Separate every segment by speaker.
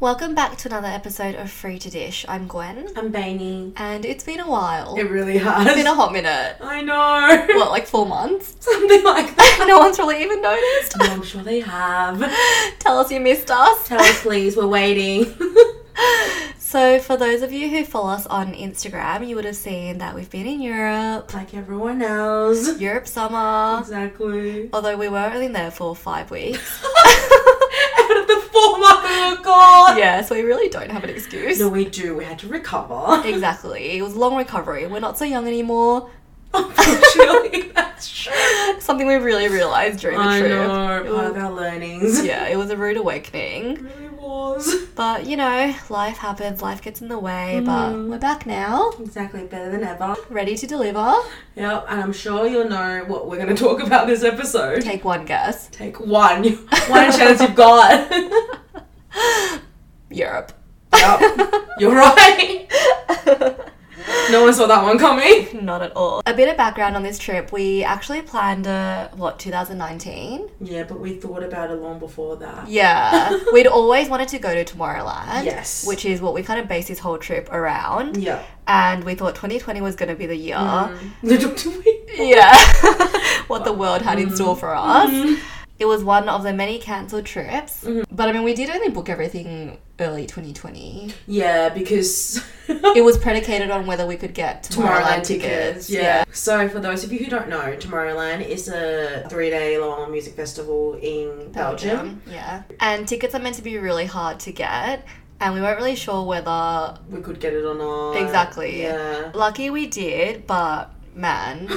Speaker 1: Welcome back to another episode of Free to Dish. I'm Gwen,
Speaker 2: I'm Bainey.
Speaker 1: and it's been a while.
Speaker 2: It
Speaker 1: It's
Speaker 2: really has.
Speaker 1: been a hot minute.
Speaker 2: I know.
Speaker 1: What, like four months?
Speaker 2: Something like that.
Speaker 1: no one's really even noticed.
Speaker 2: No, I'm sure they have.
Speaker 1: Tell us you missed us.
Speaker 2: Tell us, please. We're waiting.
Speaker 1: So, for those of you who follow us on Instagram, you would have seen that we've been in Europe,
Speaker 2: like everyone else.
Speaker 1: Europe summer,
Speaker 2: Exactly.
Speaker 1: although we were only there for five weeks.
Speaker 2: Out of the four months we were gone.
Speaker 1: yeah, so we really don't have an excuse.
Speaker 2: No, we do. We had to recover.
Speaker 1: Exactly. It was a long recovery. We're not so young anymore.
Speaker 2: Unfortunately, that's true.
Speaker 1: Something we really realised during the
Speaker 2: I
Speaker 1: trip.
Speaker 2: know. Part of our learnings.
Speaker 1: Yeah, it was a rude awakening.
Speaker 2: It really was.
Speaker 1: But you know, life happens, life gets in the way,
Speaker 2: Mm.
Speaker 1: but we're back now,
Speaker 2: Exactly. Better than ever.
Speaker 1: ready to deliver.
Speaker 2: Yep. And I'm sure you'll know what we're going to talk about this episode.
Speaker 1: Take one guess.
Speaker 2: Take one. One chance you've got.
Speaker 1: Europe.
Speaker 2: Yep, You're right. No one saw that one coming.
Speaker 1: Not at all. A bit of background on this trip. We actually planned a what, 2019?
Speaker 2: Yeah, but we thought about it long before that.
Speaker 1: Yeah. We'd always wanted to go to Tomorrowland.
Speaker 2: Yes.
Speaker 1: Which is what we kind of based this whole trip around.
Speaker 2: Yeah.
Speaker 1: And we thought 2020 was gonna be the year.
Speaker 2: Little do we?
Speaker 1: Yeah. what the world had in
Speaker 2: Mm.
Speaker 1: store for us. It was one of the many cancelled trips.
Speaker 2: Mm-hmm.
Speaker 1: But I mean, we did only book everything early 2020.
Speaker 2: Yeah, because
Speaker 1: It was predicated on whether we could get Tomorrowland, tickets.
Speaker 2: Yeah. So for those of you who don't know, Tomorrowland is a three-day long music festival in Belgium.
Speaker 1: Belgium. Yeah. And tickets are meant to be really hard to get. And we weren't really sure whether.
Speaker 2: We could get it or not.
Speaker 1: Exactly.
Speaker 2: Yeah.
Speaker 1: Lucky we did, but man,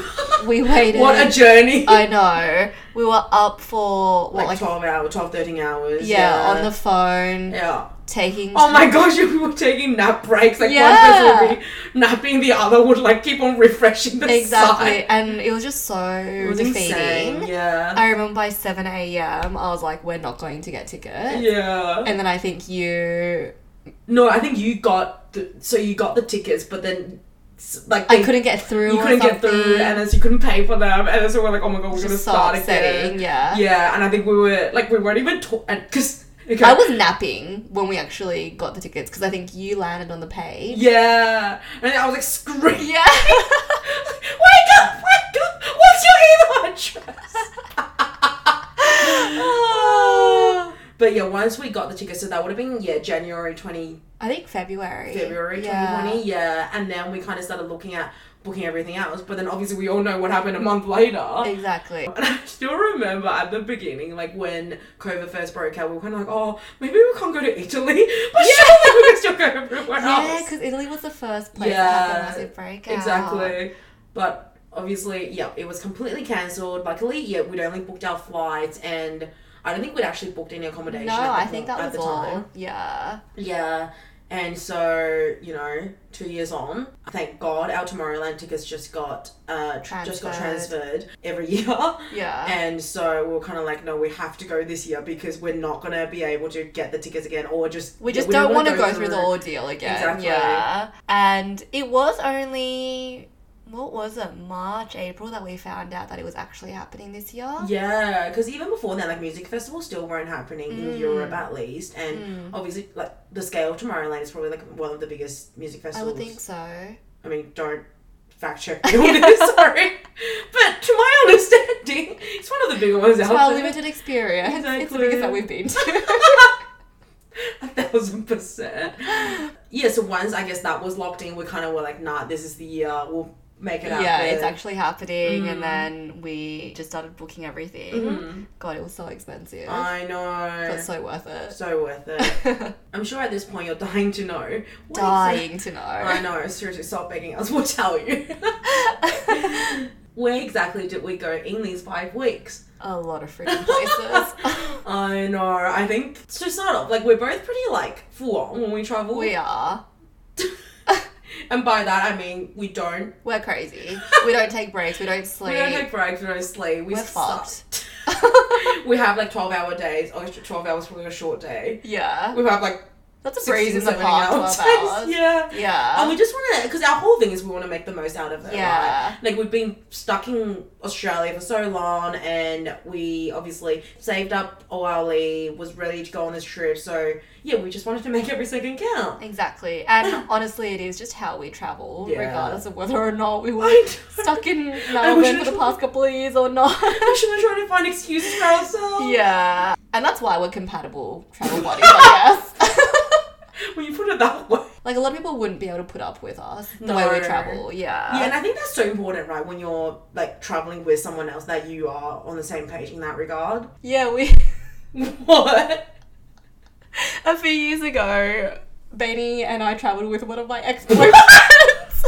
Speaker 1: we waited.
Speaker 2: What a journey.
Speaker 1: I know. We were up for, what,
Speaker 2: like,
Speaker 1: like.
Speaker 2: 12 hours, 12, 13 hours.
Speaker 1: yeah, on the phone,
Speaker 2: Yeah.
Speaker 1: taking.
Speaker 2: Oh my gosh, we were taking nap breaks. Like
Speaker 1: Yeah.
Speaker 2: one person would be napping, the other would like keep on refreshing the
Speaker 1: Exactly.
Speaker 2: side.
Speaker 1: And it was just so
Speaker 2: It was
Speaker 1: defeating.
Speaker 2: insane. Yeah.
Speaker 1: I remember by 7 a.m., I was like, we're not going to get tickets.
Speaker 2: yeah.
Speaker 1: And then I think you.
Speaker 2: no, I think you got the so you got the tickets, but then s- like
Speaker 1: I
Speaker 2: they-
Speaker 1: couldn't get through.
Speaker 2: you
Speaker 1: or
Speaker 2: couldn't get
Speaker 1: something.
Speaker 2: through, and then you couldn't pay for them, and then so we're like, oh my god, we're
Speaker 1: It's
Speaker 2: gonna
Speaker 1: just so
Speaker 2: start
Speaker 1: upsetting.
Speaker 2: again.
Speaker 1: Yeah.
Speaker 2: Yeah, and I think we were like we weren't even talking because okay.
Speaker 1: I was napping when we actually got the tickets because I think you landed on the page.
Speaker 2: yeah, and I was like screaming,
Speaker 1: Yeah.
Speaker 2: wake up, wake up, what's your email address? But yeah, once we got the tickets, so that would have been yeah January twenty
Speaker 1: I think February.
Speaker 2: February
Speaker 1: Yeah.
Speaker 2: twenty twenty yeah, and then we kind of started looking at booking everything else. But then obviously we all know what happened a month later.
Speaker 1: Exactly.
Speaker 2: And I still remember at the beginning, like when COVID first broke out, we were kind of like, oh, maybe we can't go to Italy, but surely we can still go everywhere
Speaker 1: Yeah,
Speaker 2: else.
Speaker 1: because Italy was the first place that had
Speaker 2: Yeah.
Speaker 1: the massive breakout.
Speaker 2: Exactly. But obviously, yeah, it was completely cancelled. Luckily, yeah, we'd only booked our flights and I don't think we'd actually booked any accommodation.
Speaker 1: No,
Speaker 2: at the
Speaker 1: I
Speaker 2: point-
Speaker 1: think that
Speaker 2: at
Speaker 1: was
Speaker 2: the
Speaker 1: all.
Speaker 2: time.
Speaker 1: Yeah.
Speaker 2: Yeah. And so, you know, two years on, thank God our Tomorrowland tickets just got uh tr- just got
Speaker 1: Transferred.
Speaker 2: transferred every year.
Speaker 1: Yeah.
Speaker 2: And so we were kind of like, no, we have to go this year because we're not going to be able to get the tickets again or just.
Speaker 1: We
Speaker 2: yeah,
Speaker 1: just
Speaker 2: didn't
Speaker 1: don't want
Speaker 2: wanna
Speaker 1: to go, through, the ordeal again.
Speaker 2: Exactly.
Speaker 1: Yeah. And it was only what was it, March, April that we found out that it was actually happening this year.
Speaker 2: Yeah, because even before then, like music festivals still weren't happening
Speaker 1: Mm.
Speaker 2: in Europe at least, and obviously, like the scale of Tomorrowland is probably like one of the biggest
Speaker 1: I
Speaker 2: music festivals.
Speaker 1: would think so.
Speaker 2: I mean, don't fact check me on this, sorry, but to my understanding, it's one of the bigger ones out
Speaker 1: To our
Speaker 2: there.
Speaker 1: limited experience, it's the
Speaker 2: Exactly.
Speaker 1: biggest that we've been to.
Speaker 2: A thousand percent. Yeah, so once I guess that was locked in, we kind of were like, nah, this is the year, we'll make it happen.
Speaker 1: yeah, it's actually happening.
Speaker 2: Mm.
Speaker 1: And then we just started booking everything. God, it was so expensive,
Speaker 2: Mm-hmm. I
Speaker 1: but
Speaker 2: know.
Speaker 1: so worth it.
Speaker 2: So worth it. I'm sure at this point you're dying to know. What
Speaker 1: Dying to
Speaker 2: Exactly- Oh, I
Speaker 1: know.
Speaker 2: know, seriously, stop begging us, we'll tell you. Where exactly did we go in these five weeks?
Speaker 1: A lot of freaking places.
Speaker 2: I know, I think to start off, like we're both pretty like full on when we travel.
Speaker 1: we are.
Speaker 2: and by that I mean we don't
Speaker 1: We're crazy. We don't take breaks. We don't sleep.
Speaker 2: we don't take breaks, we don't sleep, we
Speaker 1: We're
Speaker 2: suck.
Speaker 1: fucked.
Speaker 2: oh, we have like 12 hour days or 12 hours probably a short day
Speaker 1: yeah.
Speaker 2: we have like
Speaker 1: That's a
Speaker 2: six
Speaker 1: breeze
Speaker 2: to
Speaker 1: in the
Speaker 2: seven
Speaker 1: park.
Speaker 2: hours.
Speaker 1: Twelve hours.
Speaker 2: yeah.
Speaker 1: Yeah.
Speaker 2: And we just want to, because our whole thing is we want to make the most out of it.
Speaker 1: Um, Yeah.
Speaker 2: Right? Like we've been stuck in Australia for so long, and we obviously saved up all our leave, was ready to go on this trip. So yeah, we just wanted to make every second count.
Speaker 1: Exactly. And honestly, it is just how we travel,
Speaker 2: Yeah.
Speaker 1: regardless of whether or not we were
Speaker 2: I know.
Speaker 1: stuck in
Speaker 2: wish
Speaker 1: Melbourne
Speaker 2: I
Speaker 1: for the
Speaker 2: tr-
Speaker 1: past couple of years or not.
Speaker 2: I should have tried to find excuses for ourselves.
Speaker 1: yeah. And that's why we're compatible travel bodies, I guess.
Speaker 2: When you put it that way.
Speaker 1: like, a lot of people wouldn't be able to put up with us the
Speaker 2: No.
Speaker 1: way we travel. Yeah.
Speaker 2: Yeah, and I think that's so important, right? When you're like traveling with someone else, that you are on the same page in that regard.
Speaker 1: Yeah, we.
Speaker 2: What?
Speaker 1: a few years ago, Benny and I traveled with one of my ex boyfriends.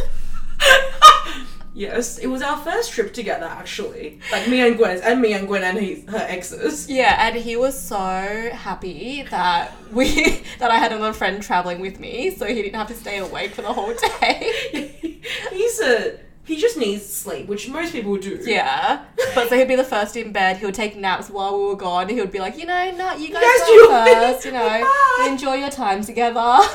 Speaker 2: Yes, it was our first trip together, actually. Like me and Gwen, and me and Gwen and his, her exes.
Speaker 1: Yeah, and he was so happy that we that I had another friend traveling with me, so he didn't have to stay awake for the whole day.
Speaker 2: He's a he just needs sleep, which most people do.
Speaker 1: yeah, but so he'd be the first in bed. He would take naps while we were gone. He would be like, you know, no, you guys,
Speaker 2: guys
Speaker 1: go
Speaker 2: do your
Speaker 1: first. You
Speaker 2: thing.
Speaker 1: know,
Speaker 2: Bye."
Speaker 1: enjoy your time together.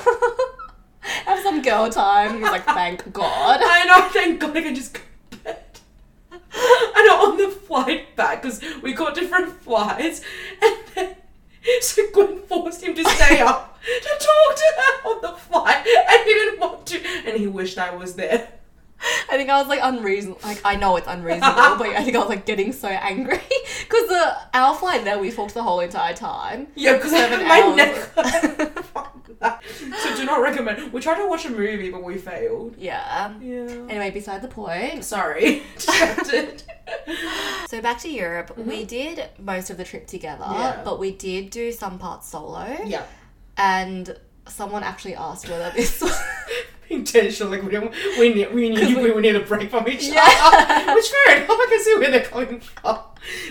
Speaker 1: Have some girl time. He was like, thank God.
Speaker 2: I know. Thank God I can just go to bed. I know on the flight back because we got different flights, and then so Gwen forced him to stay up to talk to her on the flight, and he didn't want to, and he wished I was there.
Speaker 1: I think I was like unreasonable. Like I know it's unreasonable, but I think I was like getting so angry because the our flight there we talked the whole entire time.
Speaker 2: Yeah, because I
Speaker 1: Seven
Speaker 2: have my
Speaker 1: hours.
Speaker 2: neck. so do not recommend. We tried to watch a movie, but we failed.
Speaker 1: Yeah.
Speaker 2: Yeah.
Speaker 1: Anyway, beside the point.
Speaker 2: Sorry, distracted.
Speaker 1: So back to Europe, we did most of the trip together,
Speaker 2: Mm-hmm. Yeah.
Speaker 1: but we did do some parts solo.
Speaker 2: yeah.
Speaker 1: And someone actually asked whether this was.
Speaker 2: Intentional, like we don't, we need, we knew we, need a break from each
Speaker 1: Yeah.
Speaker 2: other, which fair enough. I can see where they're coming from,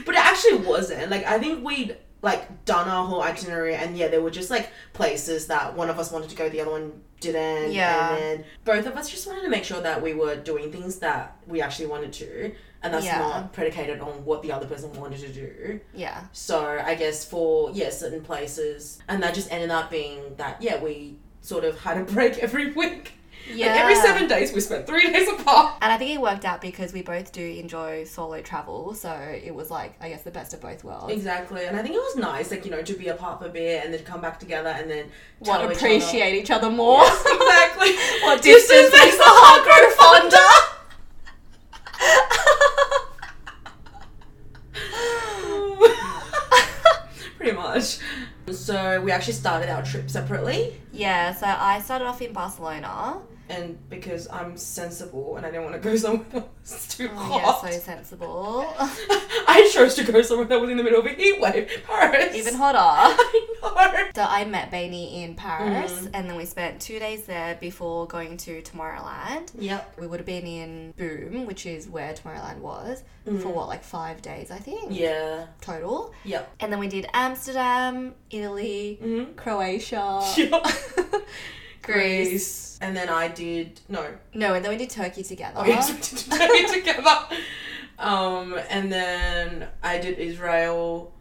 Speaker 2: but it actually wasn't. Like I think we'd like done our whole itinerary, and yeah, there were just like places that one of us wanted to go, the other one didn't.
Speaker 1: Yeah.
Speaker 2: and then both of us just wanted to make sure that we were doing things that we actually wanted to, and that's
Speaker 1: Yeah.
Speaker 2: not predicated on what the other person wanted to do.
Speaker 1: yeah.
Speaker 2: So I guess for yeah certain places, and that just ended up being that yeah we sort of had a break every week.
Speaker 1: Yeah.
Speaker 2: Like every seven days we spent three days apart.
Speaker 1: And I think it worked out because we both do enjoy solo travel, so it was like I guess the best of both worlds.
Speaker 2: Exactly, and I think it was nice, like you know, to be apart for a bit and then come back together and then
Speaker 1: Want
Speaker 2: tell
Speaker 1: to
Speaker 2: each
Speaker 1: appreciate each other more.
Speaker 2: other- exactly.
Speaker 1: What distance makes the heart grow fonder.
Speaker 2: Pretty much. So we actually started our trip separately,
Speaker 1: yeah, so I started off in Barcelona.
Speaker 2: and because I'm sensible and I didn't want to go somewhere that was too
Speaker 1: Oh,
Speaker 2: hot.
Speaker 1: yeah, so sensible.
Speaker 2: I chose to go somewhere that was in the middle of a heat wave. Paris.
Speaker 1: Even hotter.
Speaker 2: I know.
Speaker 1: So I met Bainey in Paris, and then we spent two days there before going to Tomorrowland.
Speaker 2: Yep.
Speaker 1: We would have been in Boom, which is where Tomorrowland was, for what, like five days, I think,
Speaker 2: Yeah.
Speaker 1: total.
Speaker 2: Yep.
Speaker 1: And then we did Amsterdam, Italy, Croatia,
Speaker 2: Yep.
Speaker 1: Greece.
Speaker 2: And then I did no.
Speaker 1: No, and then we did Turkey together.
Speaker 2: Oh yes, we did Turkey together. Um, and then I did Israel.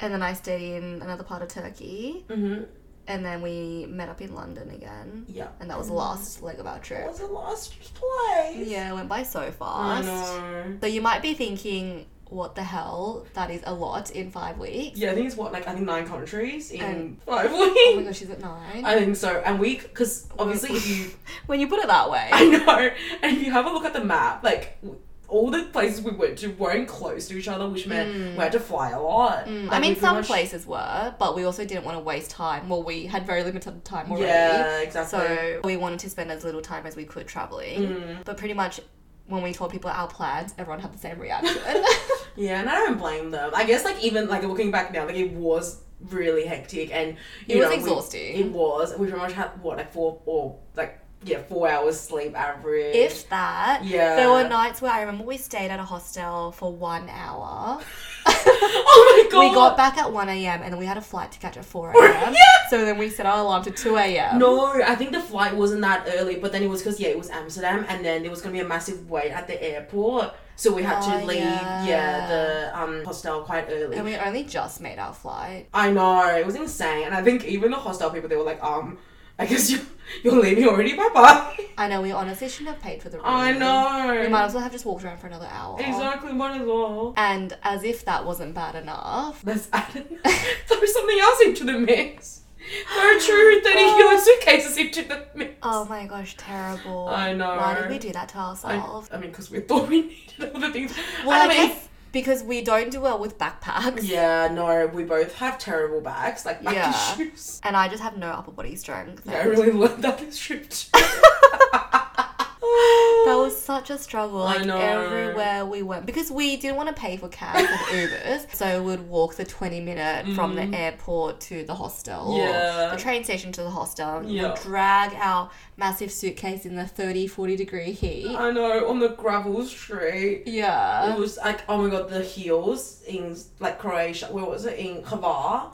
Speaker 1: And then I stayed in another part of Turkey,
Speaker 2: Mm-hmm.
Speaker 1: and then we met up in London again.
Speaker 2: Yeah.
Speaker 1: And that was the last leg of our
Speaker 2: That
Speaker 1: trip.
Speaker 2: was the last place.
Speaker 1: Yeah, it went by so
Speaker 2: I
Speaker 1: fast.
Speaker 2: know.
Speaker 1: So you might be thinking, what the hell? That is a lot in five weeks.
Speaker 2: Yeah, I think it's what like I think nine countries in
Speaker 1: And-
Speaker 2: five
Speaker 1: Oh my
Speaker 2: weeks.
Speaker 1: gosh, she's at nine.
Speaker 2: I think so, and we because obviously if you
Speaker 1: when you put it that way.
Speaker 2: I know. And if you have a look at the map, like w- all the places we went to weren't close to each other, which meant we had to fly a lot.
Speaker 1: Mm,
Speaker 2: Like,
Speaker 1: I mean,
Speaker 2: we pretty
Speaker 1: some
Speaker 2: much-
Speaker 1: places were, but we also didn't want to waste time. Well, we had very limited time already.
Speaker 2: Yeah, exactly.
Speaker 1: So we wanted to spend as little time as we could traveling.
Speaker 2: Mm.
Speaker 1: But pretty much when we told people our plans, everyone had the same reaction.
Speaker 2: yeah, and I don't blame them. I guess like even like looking back now, like it was really hectic and you
Speaker 1: It was
Speaker 2: know, we-
Speaker 1: exhausting.
Speaker 2: it was. We pretty much had what like four or like yeah four hours sleep average.
Speaker 1: if that,
Speaker 2: Yeah.
Speaker 1: there were nights where I remember we stayed at a hostel for one hour.
Speaker 2: oh my god,
Speaker 1: We got back at 1 a.m. and then we had a flight to catch at 4 a.m. So then we set our alarm to 2 a.m.
Speaker 2: No, I think the flight wasn't that early, but then it was because yeah, it was Amsterdam, and then there was gonna be a massive wait at the airport, so we had
Speaker 1: Oh,
Speaker 2: to leave
Speaker 1: yeah.
Speaker 2: yeah, the um hostel quite early.
Speaker 1: And we only just made our flight.
Speaker 2: I know it was insane, and I think even the hostel people they were like, um, I guess you you're leaving already. Bye bye.
Speaker 1: I know we honestly shouldn't have paid for the room.
Speaker 2: I know.
Speaker 1: We might as well have just walked around for another hour.
Speaker 2: Exactly. Might as well.
Speaker 1: And as if that wasn't bad enough.
Speaker 2: Let's add in, throw something else into the mix. Throw true thirty kilo suitcases into the mix.
Speaker 1: Oh my gosh, terrible.
Speaker 2: I know.
Speaker 1: Why did we do that to
Speaker 2: I,
Speaker 1: ourselves?
Speaker 2: I mean, because we thought we needed all the things.
Speaker 1: Oh. well, I,
Speaker 2: And mean,
Speaker 1: guess because we don't do well with backpacks.
Speaker 2: Yeah, no, we both have terrible backs, like back
Speaker 1: Yeah.
Speaker 2: issues.
Speaker 1: And I just have no upper body strength.
Speaker 2: Yeah, I really learned that this trip too.
Speaker 1: That was such a struggle.
Speaker 2: I
Speaker 1: Like
Speaker 2: know.
Speaker 1: everywhere we went, because we didn't want to pay for cabs and Ubers, so we would walk the twenty minute from the airport to the hostel,
Speaker 2: Mm-hmm. Yeah.
Speaker 1: or the train station to the hostel. and
Speaker 2: Yeah.
Speaker 1: We'd drag our massive suitcase in the 30, 40 degree heat.
Speaker 2: I know, on the gravel street. It
Speaker 1: yeah,
Speaker 2: was like, oh my god, the heels in like Croatia. Where was it? In Hvar.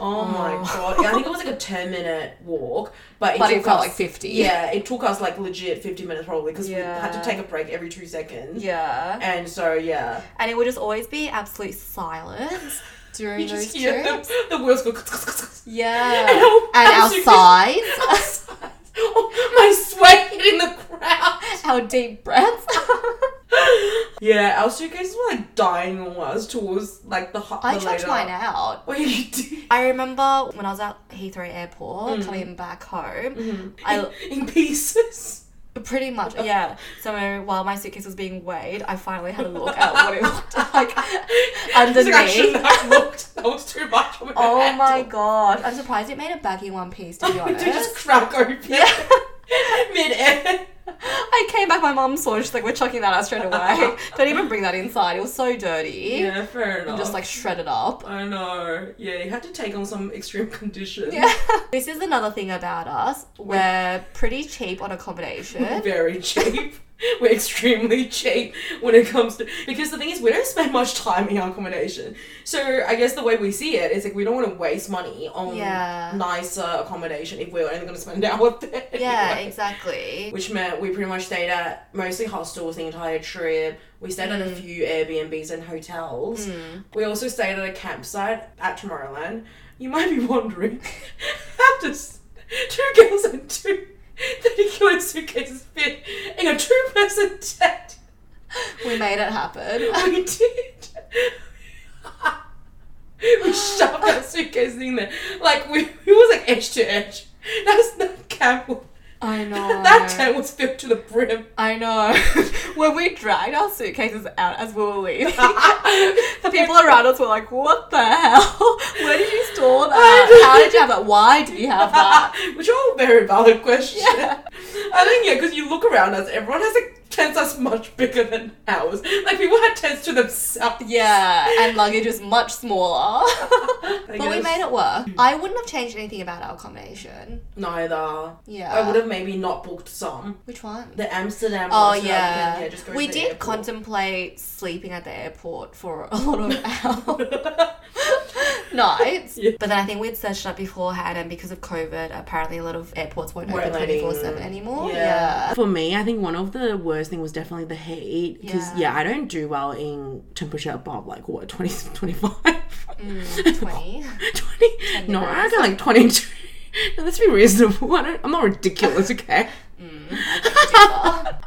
Speaker 2: Oh, my
Speaker 1: Oh.
Speaker 2: god. Yeah, I think it was like a 10 minute walk, but it
Speaker 1: but
Speaker 2: took
Speaker 1: it felt
Speaker 2: us,
Speaker 1: like fifty.
Speaker 2: Yeah, it took us like legit 50 minutes probably because we had
Speaker 1: Yeah.
Speaker 2: to take a break every two seconds.
Speaker 1: yeah,
Speaker 2: And so, yeah.
Speaker 1: and it would just always be absolute silence during
Speaker 2: You
Speaker 1: those
Speaker 2: just hear
Speaker 1: trips.
Speaker 2: the, the wheels go.
Speaker 1: Yeah,
Speaker 2: And our-
Speaker 1: and
Speaker 2: our
Speaker 1: our
Speaker 2: suitcase-
Speaker 1: sides,
Speaker 2: oh, my sweat hitting the crowd.
Speaker 1: our deep breaths.
Speaker 2: Yeah, our suitcases were like dying on us towards like the hot.
Speaker 1: I
Speaker 2: the
Speaker 1: chucked
Speaker 2: later-
Speaker 1: mine out.
Speaker 2: What you do?
Speaker 1: I remember when I was at Heathrow
Speaker 2: Mm-hmm.
Speaker 1: Airport coming back home. I
Speaker 2: in pieces.
Speaker 1: pretty much
Speaker 2: Oh,
Speaker 1: yeah. So while my suitcase was being weighed, I finally had a look at what it looked like
Speaker 2: It's like, I
Speaker 1: underneath.
Speaker 2: shouldn't have looked. That was too much. for me to
Speaker 1: Oh my
Speaker 2: handle.
Speaker 1: god! I'm surprised it made a baggy one piece. To be
Speaker 2: We do just
Speaker 1: honest,
Speaker 2: crack open
Speaker 1: Yeah.
Speaker 2: mid air.
Speaker 1: I came back. My mum saw. it, She's like, "We're chucking that out straight away. Don't even bring that inside. It was so dirty.
Speaker 2: Yeah, fair enough.
Speaker 1: And Just like shredded up."
Speaker 2: I know. Yeah, you had to take on some extreme conditions.
Speaker 1: Yeah. This is another thing about us. We're pretty cheap on accommodation.
Speaker 2: very cheap. We're extremely cheap when it comes to because the thing is we don't spend much time in our accommodation. So I guess the way we see it is like we don't want to waste money on
Speaker 1: Yeah.
Speaker 2: nicer accommodation if we're only going to spend an hour there.
Speaker 1: Yeah,
Speaker 2: anyway.
Speaker 1: exactly.
Speaker 2: Which meant we pretty much stayed at mostly hostels the entire trip. We stayed at a few Airbnbs and hotels. We also stayed at a campsite at Tomorrowland. You might be wondering how does two girls and two 30 kilo suitcases fit in a two person tent?
Speaker 1: We made it happen.
Speaker 2: We did. we shoved our suitcases in there. Like, we, it was like edge to edge. That's not camp.
Speaker 1: I know.
Speaker 2: That tent was filled to the brim.
Speaker 1: I know. when we dragged our suitcases out as we were leaving, the people around us were like, "What the hell? Where did you store that?
Speaker 2: don't
Speaker 1: How did you have that? Why do you have that?"
Speaker 2: Which are all very valid questions.
Speaker 1: Yeah.
Speaker 2: I think yeah, because you look around us, everyone has like tents that's much bigger than ours. Like people had tents to themselves.
Speaker 1: Yeah, and luggage was much smaller.
Speaker 2: I
Speaker 1: but we
Speaker 2: guess.
Speaker 1: made it work. I wouldn't have changed anything about our accommodation.
Speaker 2: Neither.
Speaker 1: Yeah.
Speaker 2: I would have maybe not booked some.
Speaker 1: Which one?
Speaker 2: The Amsterdam.
Speaker 1: Oh
Speaker 2: ones, so that we
Speaker 1: yeah.
Speaker 2: can, yeah just go
Speaker 1: we
Speaker 2: to the
Speaker 1: did
Speaker 2: airport.
Speaker 1: contemplate sleeping at the airport for a lot of hours. nights.
Speaker 2: Yeah.
Speaker 1: But then I think we'd searched up beforehand, and because of COVID, apparently a lot of airports won't
Speaker 2: Weren't
Speaker 1: open
Speaker 2: letting-
Speaker 1: twenty four seven anymore.
Speaker 2: Yeah.
Speaker 1: Oh, Yeah.
Speaker 2: For me, I think one of the worst thing was definitely the heat because yeah.
Speaker 1: Yeah.
Speaker 2: I don't do well in temperature above like what 20, 25.
Speaker 1: Twenty.
Speaker 2: 20 no i got like 22 no, let's be reasonable I don't, i'm not ridiculous okay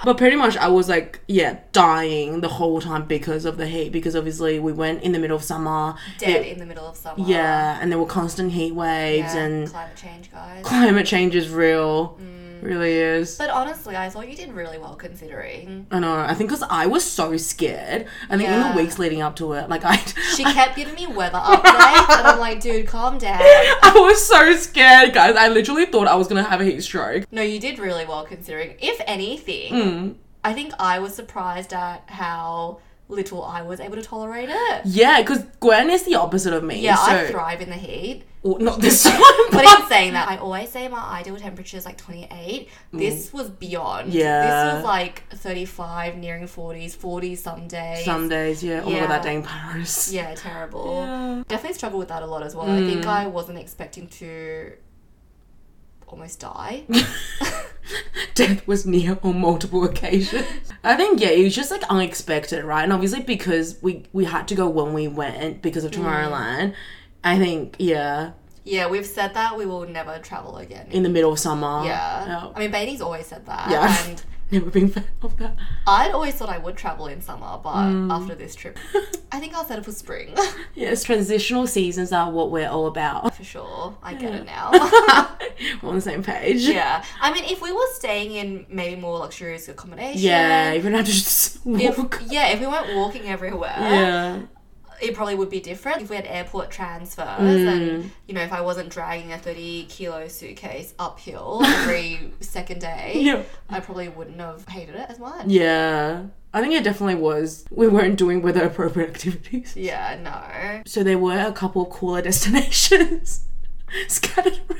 Speaker 2: but pretty much i was like yeah dying the whole time because of the heat because obviously we went in the middle of summer
Speaker 1: Dead
Speaker 2: It-
Speaker 1: in the middle of summer.
Speaker 2: yeah and there were constant heat waves
Speaker 1: Yeah,
Speaker 2: and
Speaker 1: climate change, guys.
Speaker 2: climate change is real
Speaker 1: Mm.
Speaker 2: really is
Speaker 1: But honestly, I thought you did really well considering.
Speaker 2: I know. I think because I was so scared. I think in
Speaker 1: Yeah.
Speaker 2: the weeks leading up to it, like I,
Speaker 1: She kept giving me weather updates, and I'm like, dude, calm down.
Speaker 2: I was so scared, guys. I literally thought I was gonna have a heat stroke.
Speaker 1: No, you did really well considering. If anything,
Speaker 2: Mm.
Speaker 1: I think I was surprised at how little I was able to tolerate it.
Speaker 2: Yeah, because Gwen is the opposite of me.
Speaker 1: Yeah,
Speaker 2: so,
Speaker 1: I thrive in the heat.
Speaker 2: Well, not this time,
Speaker 1: But
Speaker 2: but
Speaker 1: in saying that, I always say my ideal temperature is like 28. This was beyond.
Speaker 2: Mm. Yeah.
Speaker 1: This was like 35, nearing 40s, 40 some days.
Speaker 2: some days, yeah. Oh my
Speaker 1: Yeah.
Speaker 2: god, that day in Paris.
Speaker 1: Yeah, terrible.
Speaker 2: Yeah. Mm.
Speaker 1: Definitely struggled with that a lot as well. I think I wasn't expecting to almost die.
Speaker 2: Death was near on multiple occasions. I think yeah, it was just like unexpected, right? And obviously
Speaker 1: Mm.
Speaker 2: because we we had to go when we went because of Tomorrowland. I think yeah,
Speaker 1: Yeah, we've said that we will never travel again.
Speaker 2: in the middle of summer.
Speaker 1: yeah.
Speaker 2: Oh.
Speaker 1: I mean, Bailey's always said that.
Speaker 2: Yeah.
Speaker 1: And
Speaker 2: Never been fan of that.
Speaker 1: I'd always thought I would travel in summer, but
Speaker 2: Mm.
Speaker 1: after this trip, I think I'll settle for spring.
Speaker 2: Yes, transitional seasons are what we're all about.
Speaker 1: for sure. I get it now.
Speaker 2: We're on the same page.
Speaker 1: yeah. I mean, if we were staying in maybe more luxurious accommodation.
Speaker 2: Yeah, you're gonna have to just
Speaker 1: If,
Speaker 2: walk.
Speaker 1: yeah, if we weren't walking everywhere,
Speaker 2: Yeah.
Speaker 1: it probably would be different if we had airport transfers
Speaker 2: Mm.
Speaker 1: and, you know, if I wasn't dragging a 30 kilo suitcase uphill every second day,
Speaker 2: Yeah.
Speaker 1: I probably wouldn't have hated it as much.
Speaker 2: Yeah. I think it definitely was. We weren't doing weather appropriate activities.
Speaker 1: Yeah, no.
Speaker 2: So there were a couple of cooler destinations scattered around.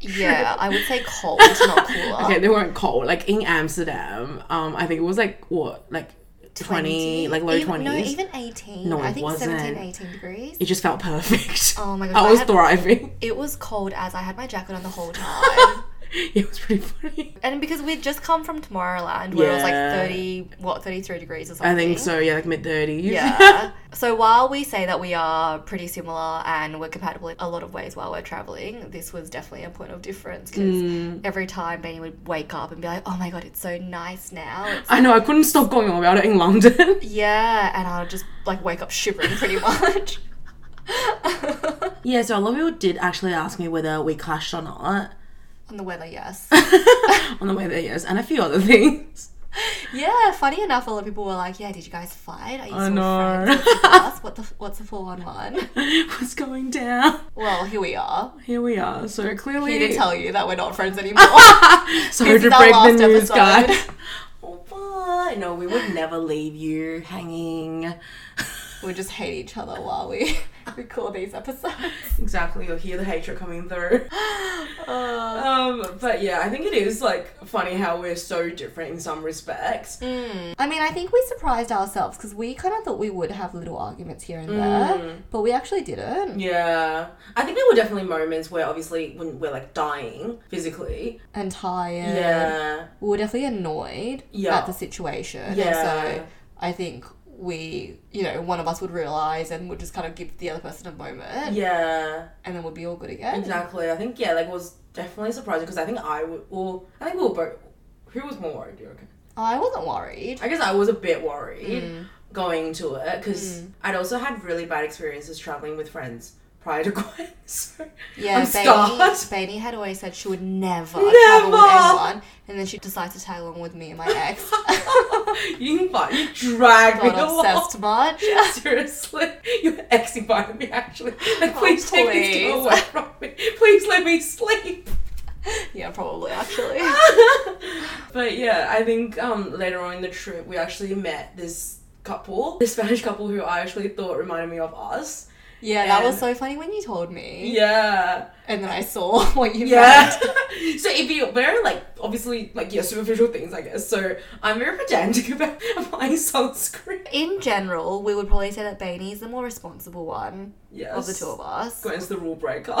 Speaker 1: Yeah, I would say cold, not cooler.
Speaker 2: Okay, they weren't cold. Like in Amsterdam, um, I think it was like what, like 20, like low
Speaker 1: Even- No,
Speaker 2: 20s.
Speaker 1: even 18.
Speaker 2: No,
Speaker 1: I
Speaker 2: it
Speaker 1: think
Speaker 2: wasn't.
Speaker 1: 17, 18 degrees.
Speaker 2: it just felt perfect.
Speaker 1: Oh my gosh,
Speaker 2: I
Speaker 1: I
Speaker 2: was
Speaker 1: had-
Speaker 2: thriving.
Speaker 1: It was cold as I had my jacket on the whole time.
Speaker 2: It was pretty funny.
Speaker 1: and because we'd just come from Tomorrowland where it was like
Speaker 2: Yeah.
Speaker 1: 30, what, 33 degrees or something.
Speaker 2: I think so, yeah, like mid 30s.
Speaker 1: Yeah. so while we say that we are pretty similar and we're compatible in a lot of ways while we're traveling, this was definitely a point of difference because
Speaker 2: Mm.
Speaker 1: every time Benny would wake up and be like, "Oh my god, it's so nice now." It's-
Speaker 2: I know, I couldn't stop going on about it in London.
Speaker 1: yeah, and I'll just like wake up shivering pretty much.
Speaker 2: yeah, so a lot of people did actually ask me whether we clashed or not
Speaker 1: On the weather, yes.
Speaker 2: on the way there, yes, and a few other things.
Speaker 1: Yeah, funny enough, a lot of people were like, "Yeah, did you guys fight? Are you
Speaker 2: I
Speaker 1: still
Speaker 2: know.
Speaker 1: friends? What's the fuss? What the what's the four one one?"
Speaker 2: What's going down?
Speaker 1: Well, here we are.
Speaker 2: Here we are. So clearly,
Speaker 1: Here to tell you that we're not friends anymore.
Speaker 2: sorry
Speaker 1: this
Speaker 2: to
Speaker 1: is our
Speaker 2: break the
Speaker 1: last
Speaker 2: news,
Speaker 1: episode.
Speaker 2: guys. Oh, but no, we would never leave you hanging.
Speaker 1: we just hate each other while we record these episodes.
Speaker 2: exactly, you'll hear the hatred coming through.
Speaker 1: Uh,
Speaker 2: Um, but yeah, I think it is like funny how we're so different in some respects.
Speaker 1: I mean, I think we surprised ourselves because we kind of thought we would have little arguments here and there,
Speaker 2: Mm.
Speaker 1: but we actually didn't.
Speaker 2: Yeah, I think there were definitely moments where obviously when we're like dying physically.
Speaker 1: And tired.
Speaker 2: Yeah,
Speaker 1: We were definitely annoyed
Speaker 2: Yeah.
Speaker 1: at the situation. and
Speaker 2: Yeah.
Speaker 1: so I think we, you know, one of us would realize and would just kind of give the other person a moment
Speaker 2: yeah,
Speaker 1: and then we'd be all good again.
Speaker 2: exactly. I think yeah, like it was definitely surprising because I think I would. Well, I think we were both. Who was more worried? do you reckon?
Speaker 1: I wasn't worried.
Speaker 2: I guess I was a bit worried
Speaker 1: Mm.
Speaker 2: going to it because I'd also had really bad experiences traveling with friends prior to going. So
Speaker 1: Yeah,
Speaker 2: I'm
Speaker 1: Bainey,
Speaker 2: scarred.
Speaker 1: Bainey had always said she would never, travel with
Speaker 2: Never.
Speaker 1: anyone, and then she decided to tag along with me and my ex.
Speaker 2: you invite, you drag me
Speaker 1: Got
Speaker 2: along.
Speaker 1: obsessed much.
Speaker 2: Seriously, your ex invited me actually. Like,
Speaker 1: Oh,
Speaker 2: please take this
Speaker 1: please.
Speaker 2: girl away from me. Please let me sleep.
Speaker 1: Yeah, probably actually.
Speaker 2: but yeah, I think um, later on in the trip, we actually met this couple, this Spanish couple who I actually thought reminded me of us.
Speaker 1: Yeah, that was
Speaker 2: And-
Speaker 1: so funny when you told me,
Speaker 2: Yeah.
Speaker 1: and then I saw what you
Speaker 2: Yeah.
Speaker 1: meant.
Speaker 2: so it'd be very like obviously like yeah superficial things I guess. So I'm very pedantic about applying sunscreen.
Speaker 1: In general, we would probably say that Bainey's the more responsible one
Speaker 2: Yes.
Speaker 1: of the two of us.
Speaker 2: Gwen's the rule breaker.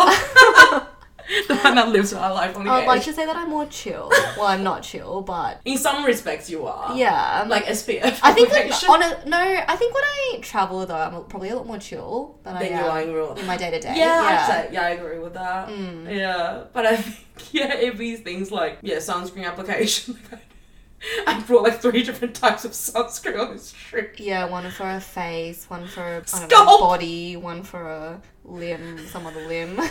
Speaker 2: the one that lives our life on the
Speaker 1: I'd
Speaker 2: edge.
Speaker 1: like to say that I'm more chill. Well, I'm not chill, but
Speaker 2: In some respects, you are.
Speaker 1: yeah, I'm
Speaker 2: Like SPF.
Speaker 1: I think like,
Speaker 2: relation.
Speaker 1: on a, no, I think when I travel though, I'm probably a lot more chill than I
Speaker 2: Then
Speaker 1: am
Speaker 2: you're lying real.
Speaker 1: in my day to day.
Speaker 2: Yeah, I'd say- yeah, I agree with that.
Speaker 1: Mm.
Speaker 2: Yeah, but I think yeah, it'd be things like yeah, sunscreen application. I brought like three different types of sunscreen on this trip.
Speaker 1: Yeah, one for a face, one for a, I don't know,
Speaker 2: Scalp.
Speaker 1: body, one for a limb, some other limb.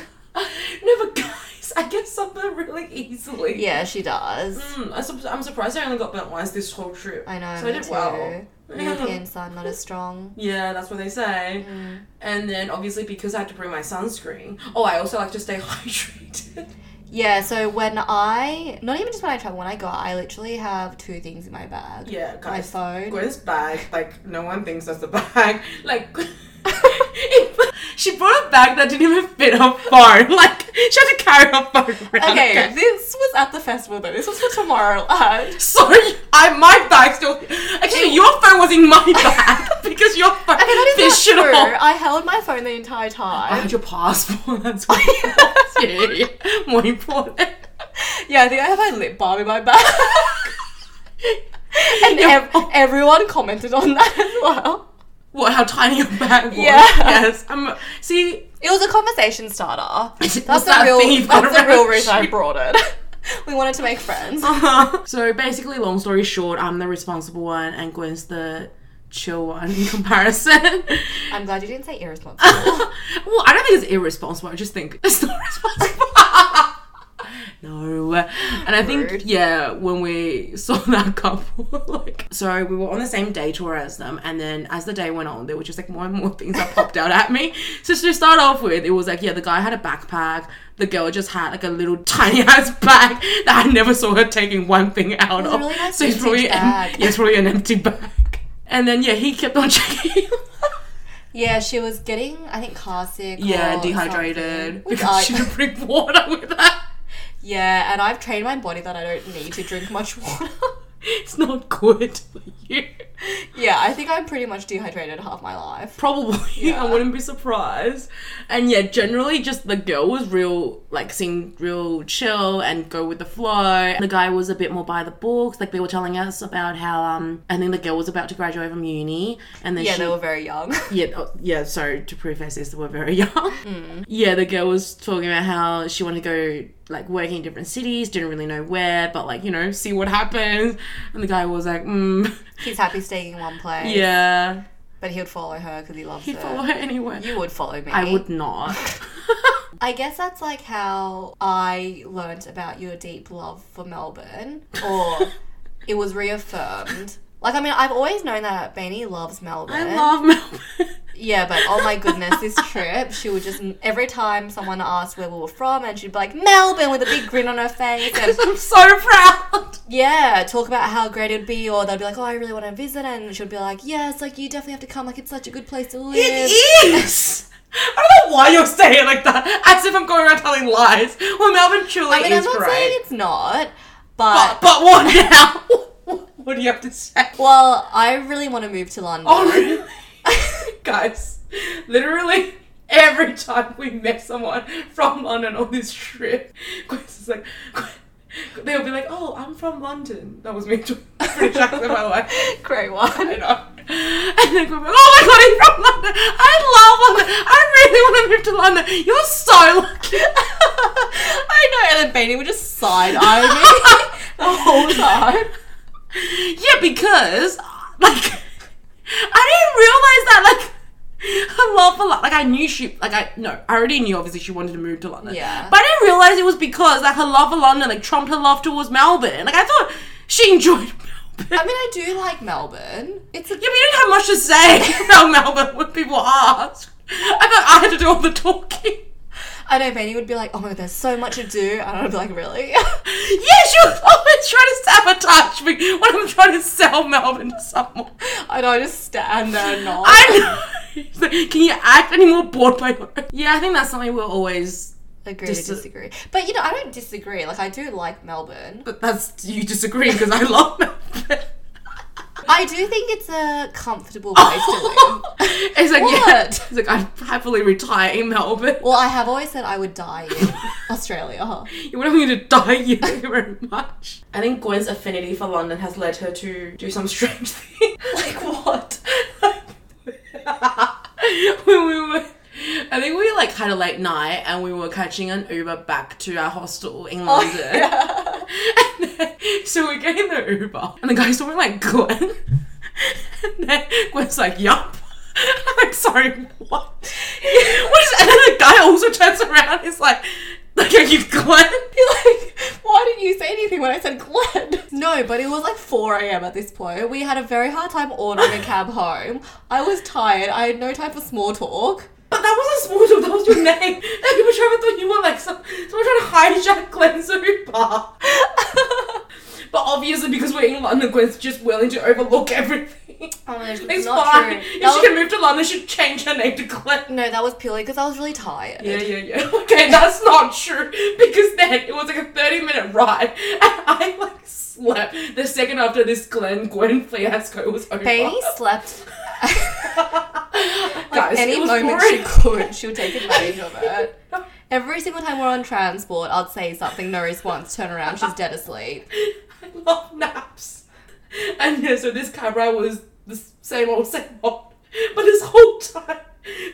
Speaker 2: No, but guys, I get sunburned really easily.
Speaker 1: yeah, she does.
Speaker 2: Mm, I sup- I'm surprised I only got burnt once this whole trip.
Speaker 1: I know.
Speaker 2: So
Speaker 1: me
Speaker 2: I did
Speaker 1: too.
Speaker 2: well. Yeah.
Speaker 1: European sun not as strong.
Speaker 2: Yeah, that's what they say.
Speaker 1: Mm.
Speaker 2: And then obviously because I had to bring my sunscreen. Oh, I also like to stay hydrated.
Speaker 1: Yeah, so when I not even just when I travel, when I go, I literally have two things in my bag.
Speaker 2: Yeah,
Speaker 1: My
Speaker 2: guys.
Speaker 1: phone.
Speaker 2: Gwen's bag, like no one thinks that's a bag. Like it- she brought a bag that didn't even fit her phone. Like she had to carry her phone around.
Speaker 1: Okay, this was at the festival though. This was for Uh, Tomorrowland.
Speaker 2: Sorry, I my bag still. Actually, your phone was in my bag because your phone
Speaker 1: Okay, that is
Speaker 2: fished
Speaker 1: not
Speaker 2: it
Speaker 1: true.
Speaker 2: off.
Speaker 1: I held my phone the entire
Speaker 2: I
Speaker 1: time.
Speaker 2: had your passport. That's what. yeah, yeah, more important.
Speaker 1: Yeah, I think I have my lip balm in my bag. and ev- everyone commented on that as well.
Speaker 2: what how tiny your bag was.
Speaker 1: Yeah.
Speaker 2: Yes. I'm see
Speaker 1: It was a conversation starter.
Speaker 2: It's
Speaker 1: That's the
Speaker 2: that
Speaker 1: real.
Speaker 2: thing you've got
Speaker 1: That's the real
Speaker 2: around
Speaker 1: reason I
Speaker 2: you. Oh.
Speaker 1: brought it. we wanted to make friends.
Speaker 2: so basically, long story short, I'm the responsible one, and Gwen's the chill one in comparison.
Speaker 1: I'm glad you didn't say irresponsible.
Speaker 2: well, I don't think it's irresponsible. I just think it's not responsible. no, and I
Speaker 1: Rude.
Speaker 2: think yeah, when we saw that couple, like, so we were on the same day tour as them, and then as the day went on, there were just like more and more things that popped out at me. So to start off with, it was like yeah, the guy had a backpack. The girl just had like a little tiny ass bag that I never saw her taking one thing out
Speaker 1: was a
Speaker 2: of.
Speaker 1: really nice
Speaker 2: so it's
Speaker 1: vintage
Speaker 2: probably em-
Speaker 1: bag.
Speaker 2: yeah, it's probably an empty bag. And then yeah, he kept on checking.
Speaker 1: yeah, she was getting, I think, car sick.
Speaker 2: Yeah,
Speaker 1: or
Speaker 2: dehydrated
Speaker 1: something. Which
Speaker 2: because she
Speaker 1: I-
Speaker 2: didn't drink water with that.
Speaker 1: yeah, and I've trained my body that I don't need to drink much water.
Speaker 2: It's not good for you.
Speaker 1: yeah, I think I'm pretty much dehydrated half my life.
Speaker 2: Probably,
Speaker 1: Yeah.
Speaker 2: I wouldn't be surprised. And yeah, generally, just the girl was real, like, seemed real chill and go with the flow. The guy was a bit more by the books. Like, they were telling us about how, um, I think the girl was about to graduate from uni, and then
Speaker 1: Yeah,
Speaker 2: she
Speaker 1: they were very young.
Speaker 2: Yeah, oh, yeah. Sorry to preface this, we're very young.
Speaker 1: Hmm.
Speaker 2: Yeah, the girl was talking about how she wanted to go like working in different cities, didn't really know where, but like you know, see what happens. And the guy was like, mm,
Speaker 1: He's happy staying in one place.
Speaker 2: yeah,
Speaker 1: But he would follow her because he loves
Speaker 2: he'd
Speaker 1: her.
Speaker 2: follow her anywhere.
Speaker 1: you would follow me.
Speaker 2: I would not.
Speaker 1: I guess that's like how I learnt about your deep love for Melbourne, or it was reaffirmed. Like, I mean, I've always known that Benny loves Melbourne.
Speaker 2: I love Melbourne.
Speaker 1: yeah, but oh my goodness, this trip, she would just, every time someone asked where we were from, and she'd be like, Melbourne, with a big grin on her face. And
Speaker 2: I'm so proud.
Speaker 1: yeah, talk about how great it would be, or they'd be like, oh, I really want to visit. And she'd be like, yes, like, you definitely have to come. Like, it's such a good place to live.
Speaker 2: It is. I don't know why you're saying it like that, as if I'm going around telling lies. Well, Melbourne truly
Speaker 1: I mean, I'm
Speaker 2: is
Speaker 1: not
Speaker 2: great.
Speaker 1: saying it's not,
Speaker 2: but, but what now? what do you have to say?
Speaker 1: Well, I really want to move to London.
Speaker 2: Oh, really? Guys, literally every time we met someone from London on this trip, Grace is like, they'll be like, oh, I'm from London. That was me doing a British accent, by the way.
Speaker 1: Great one.
Speaker 2: I know. And then we're like, oh my god, he's from London. I love London. I really want to move to London. You're so lucky.
Speaker 1: I know, and then Beanie would just side eye me the whole time.
Speaker 2: Yeah, because like I didn't realize that like I love for London. Like I knew she like I no, I already knew obviously she wanted to move to London.
Speaker 1: Yeah.
Speaker 2: But I didn't realize it was because like her love for London like trumped her love towards Melbourne. Like I thought she enjoyed Melbourne.
Speaker 1: I mean, I do like Melbourne. It's a
Speaker 2: Yeah, but you didn't have much to say about Melbourne when people asked. I thought I had to do all the talking.
Speaker 1: I know Beanie would be like, "Oh my god, there's so much to do," and I'd be like, "Really?"
Speaker 2: Yeah, she was always trying to sabotage me when I'm trying to sell Melbourne to someone.
Speaker 1: I know, I just stand there and nod.
Speaker 2: I know. It's like, Can you act any more bored by her? Yeah, I think that's something we're always.
Speaker 1: agree
Speaker 2: Dis-
Speaker 1: to disagree, but you know, I don't disagree. Like, I do like Melbourne.
Speaker 2: But that's you disagree because I love Melbourne.
Speaker 1: I do think it's a comfortable place to live.
Speaker 2: it's like yeah,
Speaker 1: What?
Speaker 2: it's like I'd happily retire in Melbourne.
Speaker 1: Well, I have always said I would die in Australia.
Speaker 2: You want me to die? You thank you very much. I think Gwen's affinity for London has led her to do some strange thing. like what? when we were. I think we like had a late night and we were catching an Uber back to our hostel in London. And then- so we get in the Uber, and the guy's talking like Gwen. And then Gwen's like, "Yup." I'm like, "Sorry, what?" what is, and then the guy also turns around. He's like, "Like, are you Gwen?"
Speaker 1: You're like, why didn't you say anything when I said Glenn? No, but it was like 4 a.m. at this point. We had a very hard time ordering a cab home. I was tired. I had no time for small talk.
Speaker 2: But that wasn't small talk. That was your name. That people trying to thought you were like some, someone trying to hijack Gwen's Uber. but obviously, because we're in London, Gwen's just willing to overlook everything.
Speaker 1: Oh my gosh,
Speaker 2: It's
Speaker 1: not
Speaker 2: fine.
Speaker 1: true.
Speaker 2: If
Speaker 1: That
Speaker 2: she
Speaker 1: was-
Speaker 2: can move to London, she'd change her name to Gwen.
Speaker 1: No, that was purely because I was really tired.
Speaker 2: Yeah, yeah, yeah. Okay, that's not true because then it was like a 30 minute ride and I like slept the second after this Glenn Gwen fiasco was over.
Speaker 1: Baby slept like
Speaker 2: Guys,
Speaker 1: any
Speaker 2: it was
Speaker 1: moment
Speaker 2: boring.
Speaker 1: she could. She would take advantage of it. Every single time we're on transport, I'd say something, no response, turn around, she's dead asleep.
Speaker 2: I love naps. And yeah, so this cab ride was the same old, same old. But this whole time,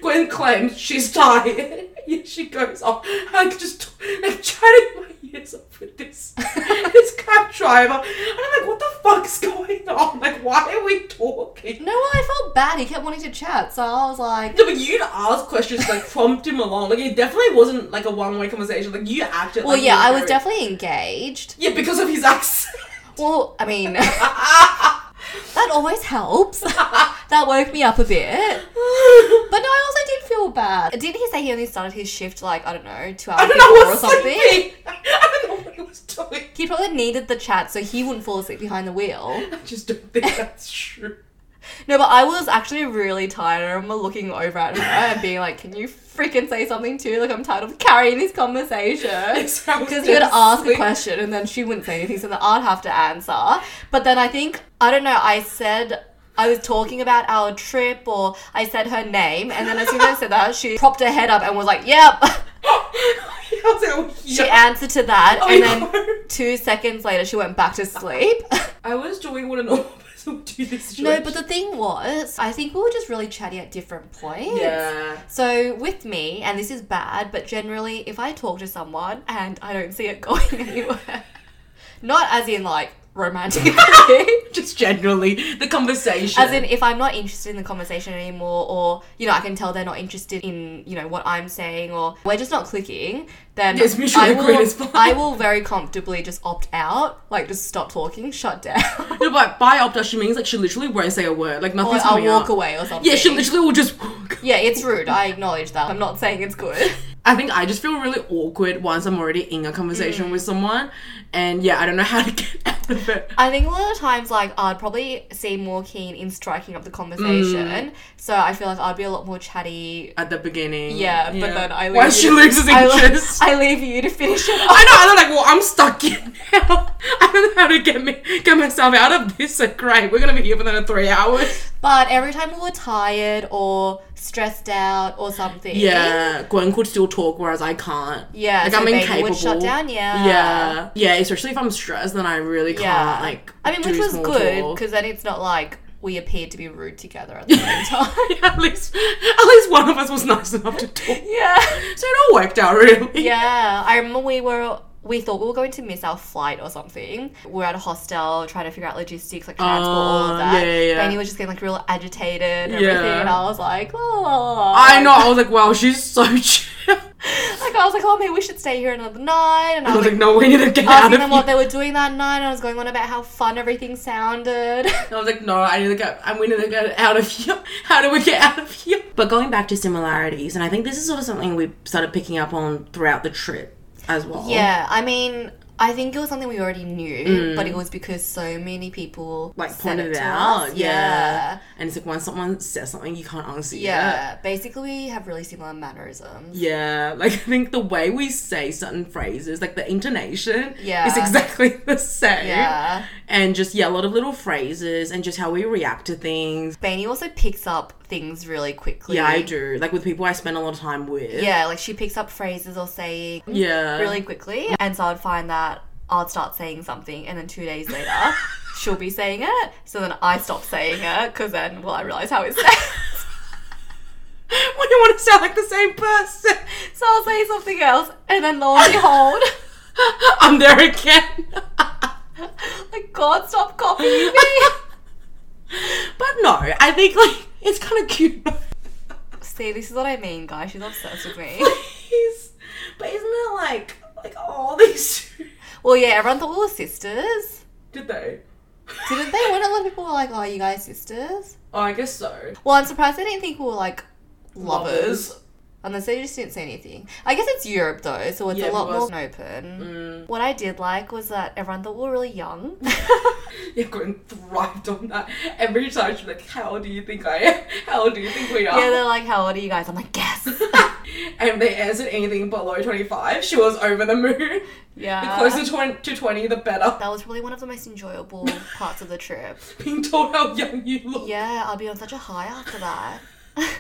Speaker 2: Gwen claims she's tired. Yet she goes off, like just like chatting my ears off with this this cab driver, and I'm like, what the fuck's going on? Like, why are we talking?
Speaker 1: No, well, I felt bad. He kept wanting to chat, so I was like,
Speaker 2: No, but you'd ask questions like prompt him along. Like it definitely wasn't like a one way conversation. Like you acted.
Speaker 1: well,
Speaker 2: like you
Speaker 1: yeah,
Speaker 2: were
Speaker 1: I was
Speaker 2: married.
Speaker 1: definitely engaged.
Speaker 2: yeah because of his accent.
Speaker 1: Well, I mean, that always helps. that woke me up a bit. But no, I also did feel bad. Didn't he say he only started his shift like I don't know two hours
Speaker 2: I don't know
Speaker 1: before or
Speaker 2: what's
Speaker 1: something?
Speaker 2: sleeping. I don't know what he was doing.
Speaker 1: He probably needed the chat so he wouldn't fall asleep behind the wheel.
Speaker 2: I just don't think that's true.
Speaker 1: No, but I was actually really tired. I remember looking over at her and being like, "Can you freaking say something too? Like I'm tired of carrying this conversation." Because
Speaker 2: Because
Speaker 1: you would ask a question and then she wouldn't say anything, so then I'd have to answer. But then I think I don't know. I said I was talking about our trip, or I said her name, and then as soon as I said that, she propped her head up and was like, "Yep."
Speaker 2: I was like, oh,
Speaker 1: She
Speaker 2: yeah.
Speaker 1: answered to that,
Speaker 2: Oh,
Speaker 1: and
Speaker 2: no.
Speaker 1: then two seconds later, she went back to sleep.
Speaker 2: I was doing what a normal person would do this
Speaker 1: no, but the thing was, I think we were just really chatty at different points.
Speaker 2: Yeah.
Speaker 1: So with me, and this is bad, but generally, if I talk to someone and I don't see it going anywhere, not as in like romantically,
Speaker 2: Just generally, the conversation.
Speaker 1: as in if I'm not interested in the conversation anymore, or you know, I can tell they're not interested in you know what I'm saying, or we're just not clicking, then
Speaker 2: Yes, mutual
Speaker 1: I will,
Speaker 2: agreement is fine.
Speaker 1: I will very comfortably just opt out, like just stop talking, shut down,
Speaker 2: No, but by opt out, she means like she literally won't say a word. Like
Speaker 1: or
Speaker 2: nothing's
Speaker 1: I'll
Speaker 2: coming
Speaker 1: walk
Speaker 2: up.
Speaker 1: away or something.
Speaker 2: Yeah, she literally will just walk.
Speaker 1: Yeah, it's rude. I acknowledge that. I'm not saying it's good.
Speaker 2: I think I just feel really awkward once I'm already in a
Speaker 1: Mm.
Speaker 2: conversation with someone, and yeah, I don't know how to get out of it.
Speaker 1: I think a lot of times, like, I'd probably seem more keen in striking up the conversation.
Speaker 2: Mm.
Speaker 1: So I feel like I'd be a lot more chatty.
Speaker 2: At the beginning.
Speaker 1: Yeah, but then I
Speaker 2: Why
Speaker 1: leave
Speaker 2: she
Speaker 1: you-
Speaker 2: loses
Speaker 1: I, le-
Speaker 2: interest.
Speaker 1: I leave you to finish it up.
Speaker 2: I know, I am like, well, I'm stuck in now. I don't know how to get me get myself out of this. So great, we're gonna be here for another three hours.
Speaker 1: But every time we were tired or stressed out or something.
Speaker 2: Yeah, Gwen could still talk, whereas I can't.
Speaker 1: Yeah,
Speaker 2: like
Speaker 1: so
Speaker 2: I'm
Speaker 1: baby
Speaker 2: incapable.
Speaker 1: would shut down, yeah.
Speaker 2: yeah, yeah. Especially if I'm stressed, then I really can't.
Speaker 1: Yeah.
Speaker 2: Like,
Speaker 1: I mean,
Speaker 2: do
Speaker 1: which was
Speaker 2: small
Speaker 1: good
Speaker 2: talk.
Speaker 1: because then it's not like we appeared to be rude together at the same time.
Speaker 2: Yeah, at least at least one of us was nice enough to talk.
Speaker 1: yeah.
Speaker 2: So it all worked out really.
Speaker 1: Yeah, I remember we were. We thought we were going to miss our flight or something. We were at a hostel trying to figure out logistics, like transport, all
Speaker 2: Oh,
Speaker 1: of that.
Speaker 2: yeah, yeah, yeah.
Speaker 1: Benny was just getting like real agitated and
Speaker 2: Yeah.
Speaker 1: everything, and I was like, "Oh." la, la, la, la.
Speaker 2: I know. I was like, wow, she's so chill.
Speaker 1: Like I was like, oh, maybe we should stay here another night. And I
Speaker 2: I was
Speaker 1: was like,
Speaker 2: like, no, we need to get out
Speaker 1: asking
Speaker 2: of
Speaker 1: them
Speaker 2: here.
Speaker 1: what they were doing that night, and I was going on about how fun everything sounded.
Speaker 2: I was like, no, I need to go. I'm going to get out of here. How do we get out of here? But going back to similarities, and I think this is sort of something we started picking up on throughout the trip as well.
Speaker 1: yeah, I mean. I think it was something we already knew, but it was because so many people
Speaker 2: Mm. Like
Speaker 1: said
Speaker 2: pointed it
Speaker 1: to
Speaker 2: out.
Speaker 1: us.
Speaker 2: Yeah.
Speaker 1: yeah.
Speaker 2: And it's like when someone says something, you can't unsee it.
Speaker 1: Yeah, basically we have really similar mannerisms.
Speaker 2: Yeah, like I think the way we say certain phrases, like the intonation,
Speaker 1: Yeah.
Speaker 2: is exactly the same.
Speaker 1: Yeah.
Speaker 2: and just yeah, a lot of little phrases and just how we react to things.
Speaker 1: Bainey also picks up things really quickly.
Speaker 2: Yeah, I do. Like with people I spend a lot of time with.
Speaker 1: Mm-hmm. Yeah, like she picks up phrases or saying
Speaker 2: Yeah.
Speaker 1: really quickly. And so I'd find that I'd start saying something and then two days later she'll be saying it. So then I stop saying it because then, well, I realise how it's said.
Speaker 2: When you want to sound like the same person.
Speaker 1: so I'll say something else and then lo and behold,
Speaker 2: I'm there again.
Speaker 1: like, God, stop copying me.
Speaker 2: But no, I think like it's kind of cute.
Speaker 1: See, this is what I mean, guys. She's obsessed with me.
Speaker 2: Please. But isn't it like like all these
Speaker 1: Well, yeah, everyone thought we were sisters.
Speaker 2: Did they?
Speaker 1: Didn't they? When a lot of people were like, oh, are you guys sisters?
Speaker 2: Oh, I guess so.
Speaker 1: Well, I'm surprised they didn't think we were like lovers. Unless they just didn't say anything. I guess it's Europe though, so it's
Speaker 2: Yeah, Mm.
Speaker 1: a lot
Speaker 2: it
Speaker 1: more
Speaker 2: was.
Speaker 1: open. What I did like was that everyone thought we were really young.
Speaker 2: Yeah, Gwen thrived on that. Every time she's like, How do you think I am? How do you think we are?
Speaker 1: yeah, they're like, how old are you guys? I'm like, guess.
Speaker 2: and they answered anything below 25, she was over the moon. The
Speaker 1: yeah.
Speaker 2: closer to 20, to 20, the better.
Speaker 1: that was probably one of the most enjoyable parts of the trip.
Speaker 2: Being told how young you look.
Speaker 1: Yeah, I'll be on such a high after that.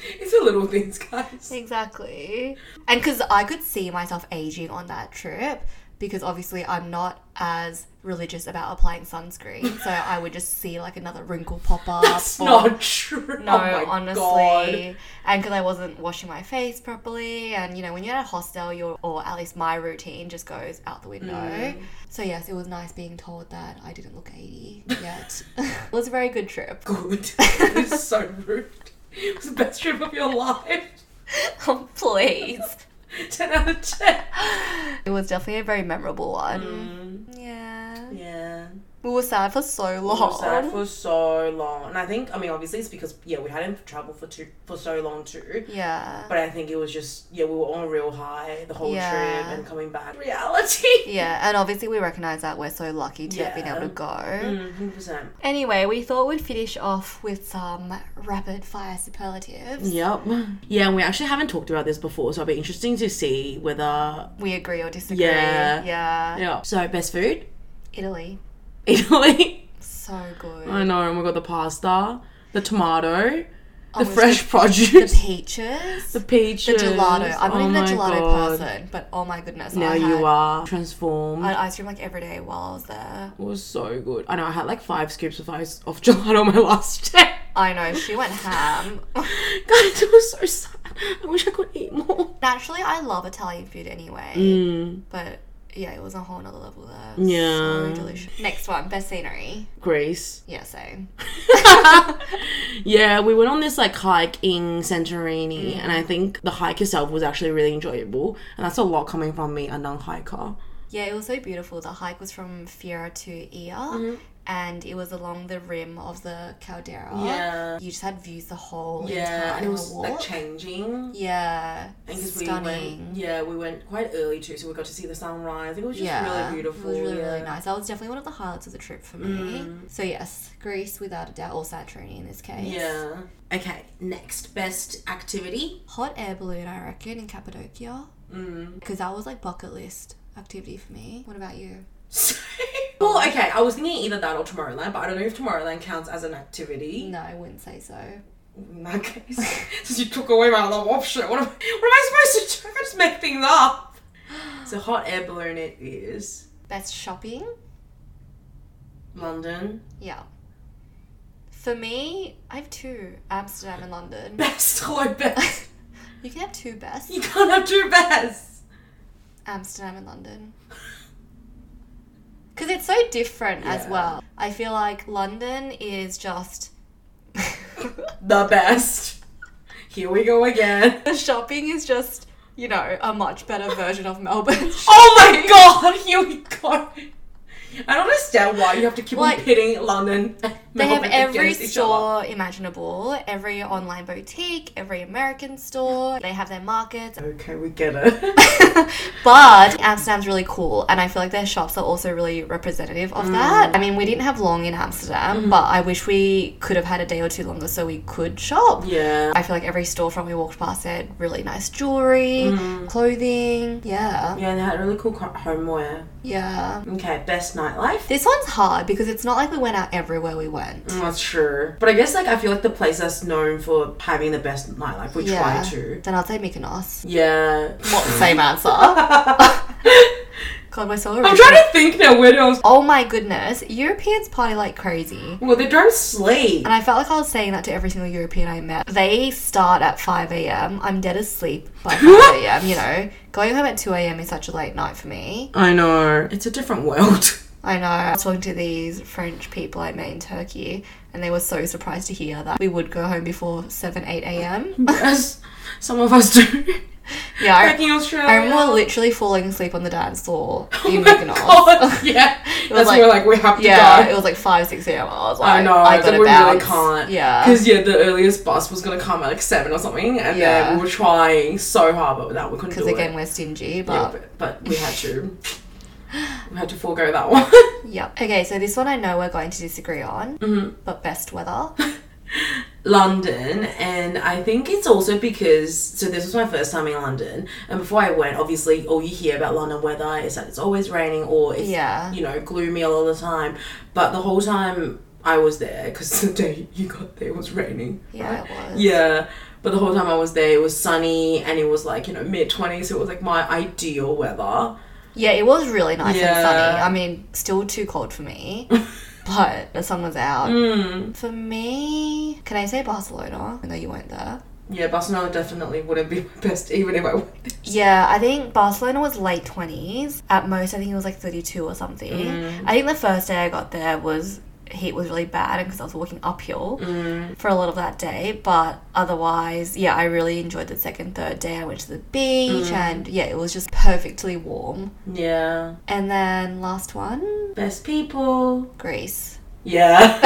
Speaker 2: It's the little things, guys.
Speaker 1: exactly. And because I could see myself aging on that trip, because obviously I'm not as religious about applying sunscreen. so I would just see like another wrinkle pop up.
Speaker 2: That's not true.
Speaker 1: No,
Speaker 2: oh my
Speaker 1: honestly.
Speaker 2: God.
Speaker 1: And because I wasn't washing my face properly. And, you know, when you're at a hostel, your or at least my routine just goes out the window.
Speaker 2: Mm.
Speaker 1: So, yes, it was nice being told that I didn't look 80 yet. it was a very good trip.
Speaker 2: Good. it's so rude. It was the best trip of your life.
Speaker 1: oh, please.
Speaker 2: 10 out of 10.
Speaker 1: It was definitely a very memorable
Speaker 2: Mm.
Speaker 1: one. Yeah.
Speaker 2: Yeah.
Speaker 1: We were sad for so
Speaker 2: We
Speaker 1: long.
Speaker 2: were sad for so long. And I think, I mean, obviously it's because, yeah, we hadn't traveled for too, for so long too.
Speaker 1: yeah.
Speaker 2: But I think it was just, yeah, we were on real high the whole
Speaker 1: Yeah.
Speaker 2: trip and coming back to reality.
Speaker 1: yeah, and obviously we recognise that we're so lucky to have been able
Speaker 2: Yeah.
Speaker 1: to go.
Speaker 2: Mm, 100%.
Speaker 1: Anyway, we thought we'd finish off with some rapid fire superlatives.
Speaker 2: Yep. Yeah, and we actually haven't talked about this before, so it'll be interesting to see whether.
Speaker 1: We agree or disagree.
Speaker 2: Yeah.
Speaker 1: Yeah.
Speaker 2: Yeah. So, best food?
Speaker 1: Italy.
Speaker 2: Italy.
Speaker 1: So good.
Speaker 2: I know, and we got the pasta, the tomato, Oh, the
Speaker 1: it's
Speaker 2: fresh
Speaker 1: the
Speaker 2: produce,
Speaker 1: peaches.
Speaker 2: the,
Speaker 1: The,
Speaker 2: peaches.
Speaker 1: gelato. I'm
Speaker 2: Oh
Speaker 1: not even a
Speaker 2: my
Speaker 1: gelato
Speaker 2: God.
Speaker 1: person, but oh my goodness.
Speaker 2: Now
Speaker 1: I
Speaker 2: you
Speaker 1: had-
Speaker 2: are transformed.
Speaker 1: I had ice cream like every day while I was there.
Speaker 2: it was so good. I know I had like five scoops of ice off gelato on my last day.
Speaker 1: I know, she went ham.
Speaker 2: Guys, it was so sad. I wish I could eat more.
Speaker 1: Naturally, I love Italian food anyway,
Speaker 2: Mm,
Speaker 1: but yeah, it was a whole nother level there.
Speaker 2: Yeah.
Speaker 1: So delicious. Next one, best scenery.
Speaker 2: Greece.
Speaker 1: Yeah, same.
Speaker 2: Yeah, we went on this like hike in Santorini, and I think the hike itself was actually really enjoyable. And that's a lot coming from me, a non hiker.
Speaker 1: Yeah, it was so beautiful. The hike was from Fiera to Ia,
Speaker 2: Mm-hmm.
Speaker 1: and it was along the rim of the caldera.
Speaker 2: Yeah.
Speaker 1: you just had views the whole
Speaker 2: Yeah,
Speaker 1: entire
Speaker 2: and it was
Speaker 1: walk.
Speaker 2: like changing.
Speaker 1: yeah,
Speaker 2: And 'cause We
Speaker 1: stunning.
Speaker 2: went, yeah, we went quite early too, so we got to see the sunrise. It was just
Speaker 1: yeah,
Speaker 2: really beautiful.
Speaker 1: It was really,
Speaker 2: yeah. Mm-hmm.
Speaker 1: really nice. That was definitely one of the highlights of the trip for me. So yes, Greece without a doubt, or Santorini in this case.
Speaker 2: Yeah. Okay, next best activity.
Speaker 1: hot air balloon, I reckon, in Cappadocia,
Speaker 2: Mm.
Speaker 1: because that was like bucket list activity for me. What about you?
Speaker 2: well, okay, I was thinking either that or Tomorrowland, but I don't know if Tomorrowland counts as an activity.
Speaker 1: No, I wouldn't say so.
Speaker 2: In that case, since you took away my other option, what am, what am I supposed to do? I can just make things up. So hot air balloon it is.
Speaker 1: Best shopping.
Speaker 2: London.
Speaker 1: Yeah. For me, I have two Amsterdam and London.
Speaker 2: Best hello best.
Speaker 1: You can have two best
Speaker 2: You can't have two best.
Speaker 1: Amsterdam and London. Because it's so different as
Speaker 2: Yeah.
Speaker 1: well. I feel like London is just.
Speaker 2: The best. Here we go again.
Speaker 1: the shopping is just, you know, a much better version of Melbourne.
Speaker 2: Oh my god, here we go. I don't understand why you have to keep
Speaker 1: Like,
Speaker 2: on pitting London. and
Speaker 1: They have
Speaker 2: Melbourne
Speaker 1: every
Speaker 2: against each other.
Speaker 1: store imaginable, every online boutique, every American store. They have their markets.
Speaker 2: Okay, we get it.
Speaker 1: but Amsterdam's really cool, and I feel like their shops are also really representative of that. I mean, we didn't have long in Amsterdam, but I wish we could have had a day or two longer so we could shop.
Speaker 2: yeah.
Speaker 1: I feel like every storefront we walked past had really nice jewelry, clothing. Mm-hmm. Yeah,
Speaker 2: Yeah, they had really cool co- homeware.
Speaker 1: yeah.
Speaker 2: Okay, best nightlife.
Speaker 1: This one's hard because it's not like we went out everywhere we went.
Speaker 2: I'm not sure. But I guess like I feel like the place that's known for having the best nightlife, we
Speaker 1: yeah.
Speaker 2: try to.
Speaker 1: Then I'll say Mykonos.
Speaker 2: Yeah.
Speaker 1: What same answer? God, we're so
Speaker 2: I'm
Speaker 1: original.
Speaker 2: trying to think now where else
Speaker 1: Oh my goodness, Europeans party like crazy.
Speaker 2: Well, they don't sleep.
Speaker 1: And I felt like I was saying that to every single European I met. They start at 5 a.m. I'm dead asleep by 5 a.m., you know. Going home at 2 a.m. is such a late night for me.
Speaker 2: I know. It's a different world.
Speaker 1: I know. I was talking to these French people I met in Turkey, and they were so surprised to hear that we would go home before 7, 8 a.m.
Speaker 2: As some of us do.
Speaker 1: yeah,
Speaker 2: Back
Speaker 1: I,
Speaker 2: in Australia.
Speaker 1: I remember literally falling asleep on the dance floor in
Speaker 2: Oh my
Speaker 1: Mykonos.
Speaker 2: God, Oh, yeah.
Speaker 1: was
Speaker 2: That's
Speaker 1: like-
Speaker 2: where like we have to
Speaker 1: Yeah, it
Speaker 2: go.
Speaker 1: was like 5, 6 a.m. I was like,
Speaker 2: I know.
Speaker 1: I got
Speaker 2: we
Speaker 1: it
Speaker 2: really
Speaker 1: bounce.
Speaker 2: can't.
Speaker 1: Yeah.
Speaker 2: Because yeah, the earliest bus was gonna come at like seven or something, and
Speaker 1: Yeah.
Speaker 2: then we were trying so hard, but that we couldn't do
Speaker 1: Because
Speaker 2: it.
Speaker 1: again, we're stingy, but.
Speaker 2: Yeah, but, but we had to. we had to forego that one.
Speaker 1: Yep. Okay, so this one I know we're going to disagree on,
Speaker 2: Mm-hmm.
Speaker 1: but best weather.
Speaker 2: London, and I think it's also because so this was my first time in London, and before I went, obviously all you hear about London weather is that it's always raining or it's
Speaker 1: Yeah.
Speaker 2: you know gloomy all the time. But the whole time I was there, because the day you got there was raining.
Speaker 1: Yeah,
Speaker 2: right?
Speaker 1: it was.
Speaker 2: Yeah, but the whole time I was there, it was sunny and it was like you know mid twenties. So it was like my ideal weather.
Speaker 1: Yeah, it was really nice and sunny.
Speaker 2: Yeah.
Speaker 1: I mean, still too cold for me, but the sun was out.
Speaker 2: Mm.
Speaker 1: For me, can I say Barcelona? I know you weren't there.
Speaker 2: Yeah, Barcelona definitely wouldn't be my best, even if I went.
Speaker 1: Yeah, I think Barcelona was late 20s. At most, I think it was like 32 or something.
Speaker 2: Mm.
Speaker 1: I think the first day I got there was heat was really bad because I was walking uphill
Speaker 2: Mm.
Speaker 1: for a lot of that day. But otherwise, yeah, I really enjoyed the second, third day. I went to the beach
Speaker 2: Mm.
Speaker 1: and yeah, it was just perfectly warm.
Speaker 2: Yeah.
Speaker 1: And then last one,
Speaker 2: Best people.
Speaker 1: Greece.
Speaker 2: Yeah.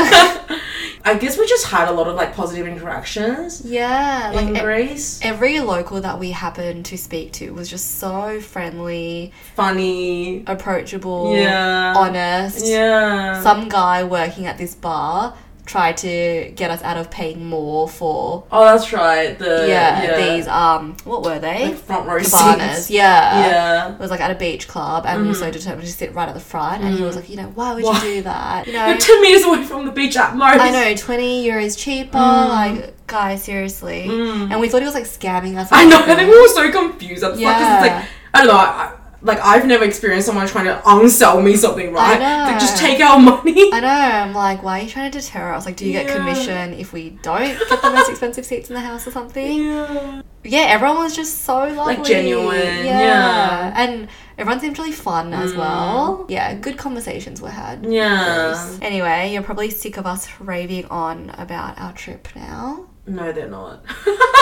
Speaker 2: I guess we just had a lot of like positive interactions
Speaker 1: Yeah, like
Speaker 2: in
Speaker 1: e-
Speaker 2: Greece.
Speaker 1: every local that we happened to speak to was just so friendly,
Speaker 2: Funny.
Speaker 1: approachable,
Speaker 2: Yeah.
Speaker 1: honest.
Speaker 2: Yeah.
Speaker 1: some guy working at this bar tried to get us out of paying more for
Speaker 2: oh, that's right. The
Speaker 1: yeah, these um what were they
Speaker 2: like front row
Speaker 1: cabanas
Speaker 2: seats.
Speaker 1: yeah.
Speaker 2: Yeah. Mm-hmm.
Speaker 1: It was like at a beach club, and we were so determined to sit right at the front. And he was like, you know, why would
Speaker 2: Why?
Speaker 1: you do that? You
Speaker 2: You're
Speaker 1: know,
Speaker 2: 10 meters away from the beach at most.
Speaker 1: I know twenty euros cheaper.
Speaker 2: Mm.
Speaker 1: Like, guys, seriously. And we thought he was like scamming us.
Speaker 2: I know. I think we were so confused. That's yeah.
Speaker 1: Yeah.
Speaker 2: because it's like I don't know. I, I- like I've never experienced someone trying to unsell me something, right?
Speaker 1: know.
Speaker 2: Like, just take our money.
Speaker 1: I know. I'm like, why are you trying to deter us? Like, do you get
Speaker 2: Yeah.
Speaker 1: commission if we don't get the most expensive seats in the house or something?
Speaker 2: Yeah.
Speaker 1: yeah, everyone was just so lovely.
Speaker 2: genuine, yeah. Mm.
Speaker 1: And everyone seemed really fun as well. Yeah, good conversations were had.
Speaker 2: Yeah.
Speaker 1: Anyway, you're probably sick of us raving on about our trip now.
Speaker 2: No, they're not.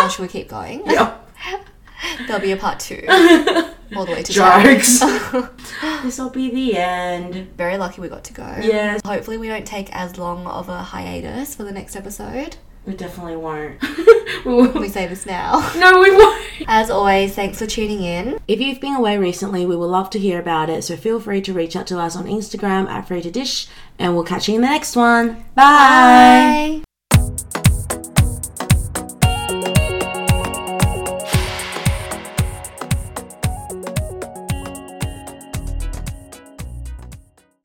Speaker 1: Or should we keep going?
Speaker 2: yeah.
Speaker 1: There'll be a part two all the way to
Speaker 2: Jokes.
Speaker 1: Japan.
Speaker 2: this will be the end.
Speaker 1: Very lucky we got to go.
Speaker 2: Yes,
Speaker 1: Hopefully, we don't take as long of a hiatus for the next episode.
Speaker 2: we definitely won't. we will.
Speaker 1: We say this now.
Speaker 2: No, we won't.
Speaker 1: As always, thanks for tuning in.
Speaker 2: If you've been away recently, we would love to hear about it. So feel free to reach out to us on Instagram at Free to Dish, and we'll catch you in the next one. Bye.
Speaker 1: Bye.